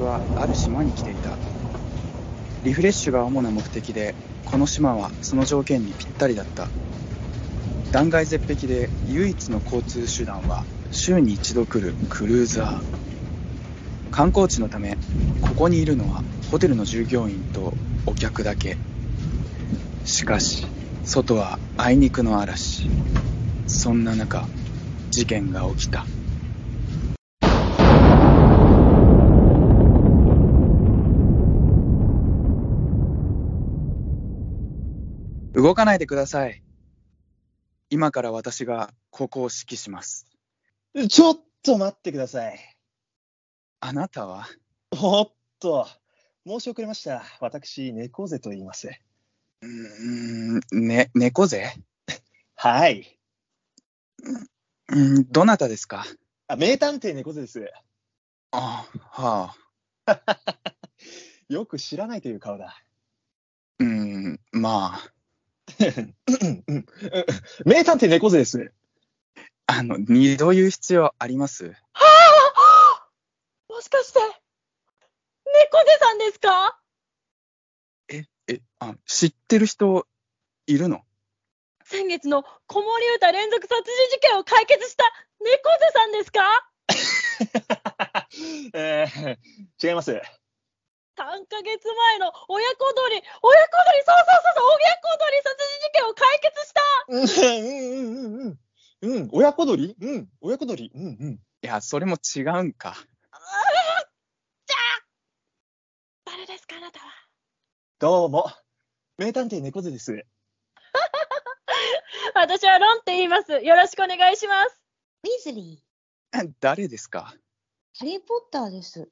はある島に来ていたリフレッシュが主な目的でこの島はその条件にぴったりだった断崖絶壁で唯一の交通手段は週に一度来るクルーザー観光地のためここにいるのはホテルの従業員とお客だけしかし外はあいにくの嵐そんな中事件が起きた動かないでください今から私がここを指揮しますちょっと待ってください。あなたはおっと、申し遅れました。私、猫背と言います。うーんね猫背はい。うんどなたですかあ名探偵猫背です。あはあよく知らないという顔だ。うんまあ名探偵猫背です。 あの二度言う必要ありますもしかして、猫背さんですかえあ知ってる人いるの先月の子守歌連続殺人事件を解決した猫背さんですかえー違います。 ?3 ヶ月前の親子鳥、親子鳥、そうそうそうそう、親子鳥殺人事件を解決しうんうんたうんうんうんうん、親子鳥うん、親子鳥うんうん。いやそれも違うんか 誰ですか、あなたは。どうも、名探偵猫背です。私はロンって言います。よろしくお願いします。ウィズリ誰ですかー、ハリー・ポッターです。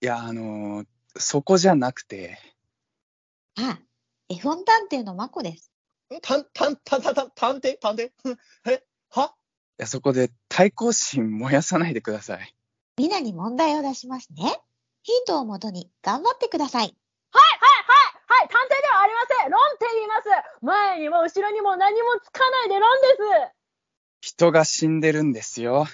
いやあのーそこじゃなくてあ、絵本探偵のマコです。たん、たん、たん、たん、たん、探偵探偵ふん えはい やそこで対抗心燃やさないでくださいみんなに問題を出しますね。ヒントをもとに頑張ってください。はい、はい、探偵ではありません。ロンって言います。前にも後ろにも何もつかないでロンです。人が死んでるんですよ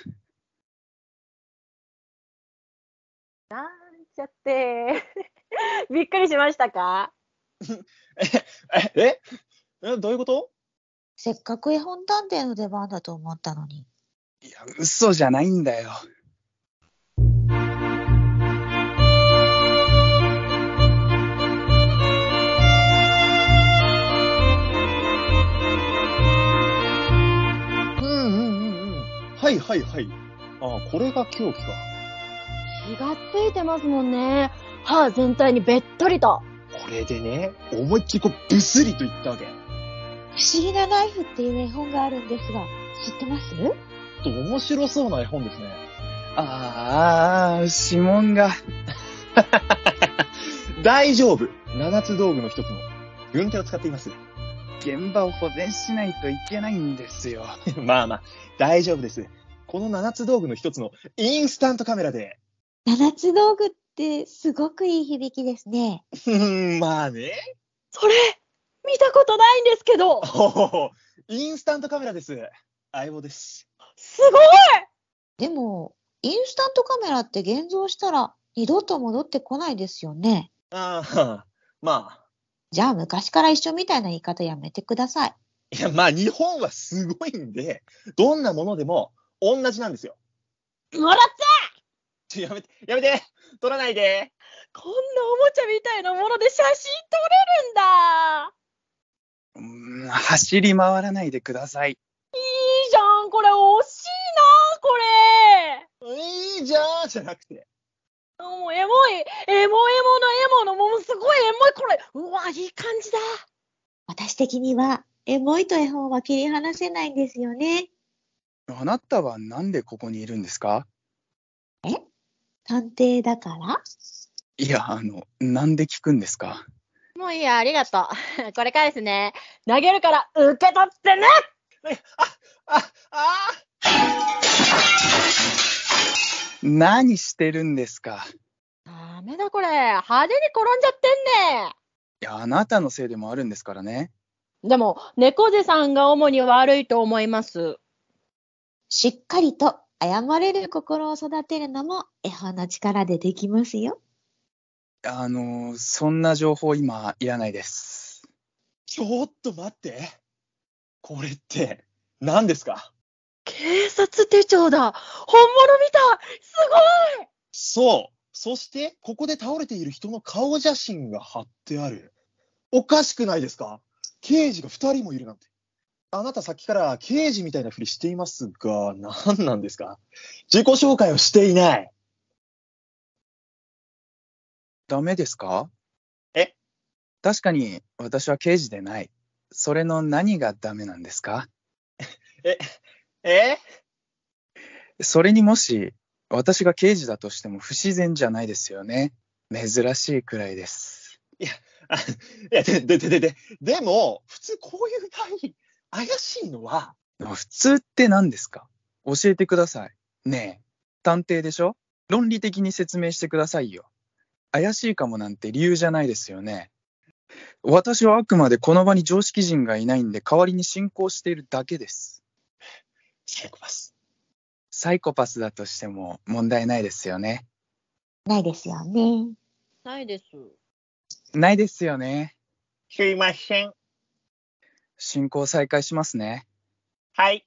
なんちゃって。 びっくりしましたかえええどういうことせっかく絵本探偵の出番だと思ったのに。いや嘘じゃないんだようんうんうんうん。はいはいはい。ああ、これが凶器か。気がついてますもんね。歯全体にべっとりと。これでね、思いっきりこう、ブスリといったわけ。不思議なナイフっていう絵本があるんですが、知ってます面白そうな絵本ですね。ああ指紋が大丈夫七つ道具の一つの、軍手を使っています。 現場を保全しないといけないんですよ まあまあ、大丈夫です。この七つ道具の一つの、インスタントカメラで。七つ道具ってすごくいい響きですね。ふんまあね。それ、見たことないんですけど。ほほほインスタントカメラです。相棒です。すごいでも、インスタントカメラって現像したら二度と戻ってこないですよね。ああ、まあ。じゃあ昔から一緒みたいな言い方やめてください。いや、まあ、日本はすごいんで、どんなものでも、同じなんですよ。もらったちょ、 やめて、やめて撮らないでこんなおもちゃみたいなもので写真撮れるんうーだん走り回らないでくださいいいじゃんこれ惜しいなこれいいじゃんじゃなくて。もうエモい、エモエモのエモの、もうすごいエモい、これ。うわ、いい感じだ。私的には、エモいと絵本は切り離せないんですよね。あなたはなんでここにいるんですか探偵だからいや、あの、なんで聞くんですかもういいや、ありがとう。 これ返すね。投げるから、受け取ってねあ、あ何してるんですかダメだこれ。派手に転んじゃってんね。いや、あなたのせいでもあるんですからね。でも、猫背さんが主に悪いと思います。しっかりと謝れる心を育てるのも絵本の力でできますよ。あの、そんな情報今いらないです。ちょっと待って。これって、何ですか警察手帳だ本物みたいすごいそう。そして、ここで倒れている人の顔写真が貼ってある。おかしくないですか刑事が2人もいるなんて。あなたさっきから刑事みたいなふりしていますが、何なんですか自己紹介をしていない。ダメですかえ確かに私は刑事でない。それの何がダメなんですかえそれにもし、私が刑事だとしても不自然じゃないですよね。珍しいくらいです。あいや、で、で、で、で、で、でも、普通こういう場合、怪しいのは、普通って何ですか教えてください。ねえ、探偵でしょ論理的に説明してくださいよ。怪しいかもなんて理由じゃないですよね。私はあくまでこの場に常識人がいないんで代わりに進行しているだけです。サイコパス。サイコパスだとしても問題ないですよね。ないですよね。ないです。ないですよね。すいません。進行再開しますね。はい。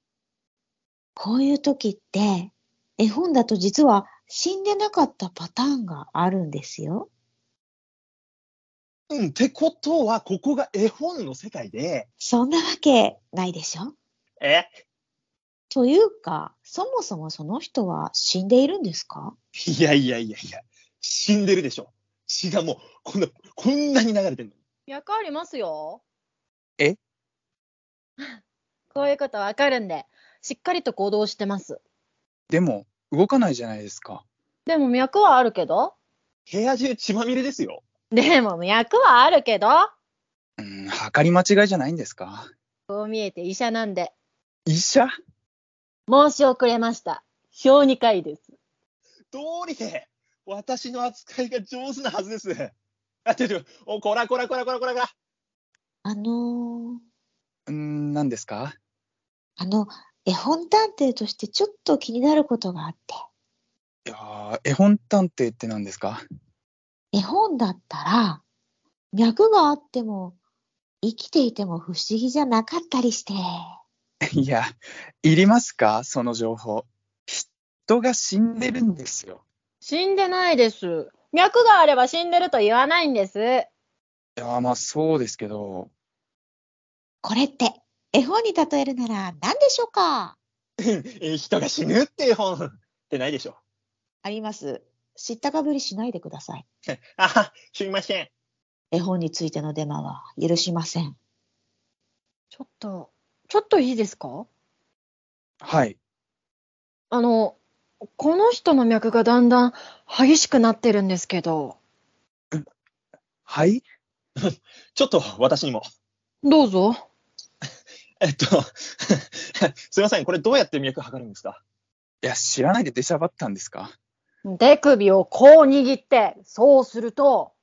こういう時って、絵本だと実は死んでなかったパターンがあるんですよ。うん、ってことは、ここが絵本の世界で、そんなわけないでしょえというか、そもそもその人は死んでいるんですかいやいやいやいや、死んでるでしょ。血がもう、こんな、こんなに流れてるのに。役ありますよ。え こういうことわかるんで、しっかりと行動してます。でも、動かないじゃないですか。でも脈はあるけど部屋中血まみれですよ。でも脈はあるけどうん、測り間違いじゃないんですかこう見えて医者なんで。医者申し遅れました。表2回です。どうりで、私の扱いが上手なはずです。あ、てる、お、こらこらこらこらこらこら。あのー、うーん、何ですかあの、絵本探偵としてちょっと気になることがあって、いやー絵本探偵って何ですか絵本だったら、脈があっても、生きていても不思議じゃなかったりして、 いや、いりますかその情報。人が死んでるんですよ。死んでないです。脈があれば死んでると言わないんです。いやー、まあそうですけど、これって絵本に例えるなら何でしょうかえ人が死ぬって絵本ってないでしょ。あります。知ったかぶりしないでください。あ、すいません。絵本についてのデマは許しません。ちょっと、ちょっといいですかはい。あの、この人の脈がだんだん激しくなってるんですけど。はいちょっと私にも。どうぞ。えっと、 すいません。これどうやって脈測るんですかいや、知らないで出しゃばったんですか手首をこう握って、そうすると、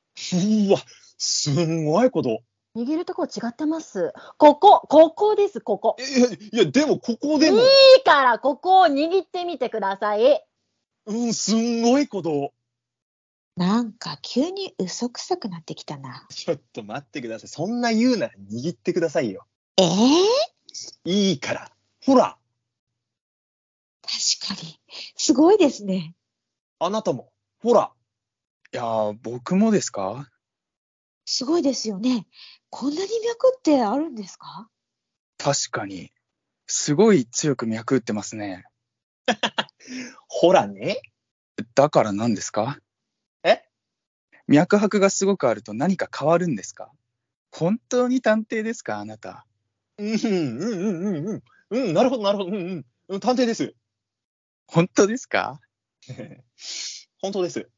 うわ、すんごいこと。握るとこ違ってます。ここ、ここです、ここ。いや、いや、でもここでも、いいから、ここを握ってみてください。うん、すんごいこと。なんか急に嘘くさくなってきたな。ちょっと待ってください。そんな言うなら握ってくださいよ。ええいいから。ほら、確かに。すごいですね。あなたも。ほら。いやー、僕もですかすごいですよね。こんなに脈ってあるんですか確かに。すごい強く脈打ってますね。ほらね。だから何ですかえ脈拍がすごくあると何か変わるんですか本当に探偵ですかあなた。うん、うん、うん、うん、うん。うん、なるほど、なるほど。うん、うんうん。探偵です。本当ですか本当です。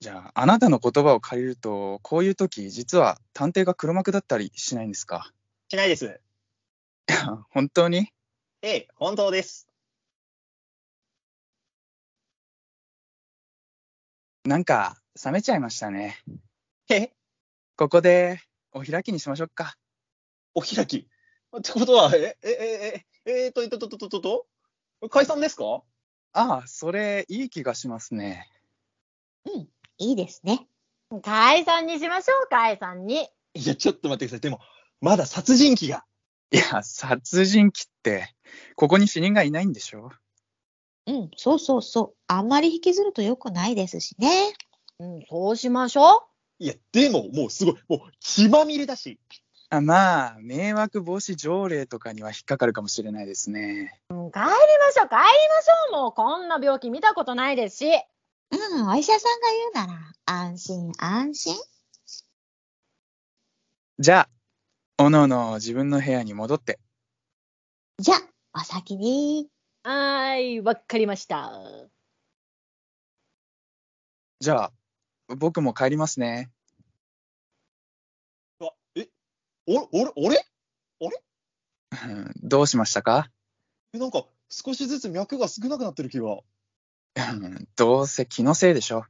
じゃあ、あなたの言葉を借りると、こういう時、実は探偵が黒幕だったりしないんですか しないです。本当にええ、本当です。なんか、冷めちゃいましたね。えここで、お開きにしましょうか。お開き。ってことは、え、え、え、え、えーと、えっと、えっと、えっと、えっと、解散ですかああ、それ、いい気がしますね。いいですね。解散にしましょう、解散に。いや、ちょっと待ってください。でも、まだ殺人鬼が。いや、殺人鬼って、ここに死人がいないんでしょうん、そうそうそう。あんまり引きずると良くないですしね。うん、そうしましょいや、でも、もうすごい。もう血まみれだし。あまあ、迷惑防止条例とかには引っかかるかもしれないですね。う。うん帰りましょう、帰りましょう、もう。こんな病気見たことないですし。うん、お医者さんが言うなら、安心安心。じゃあ、おのおの自分の部屋に戻って。じゃあ、お先に。はーい、わかりました。じゃあ、僕も帰りますね。あ、え、お、俺、俺うんどうしましたかえなんか、少しずつ脈が少なくなってる気が。うんどうせ気のせいでしょ。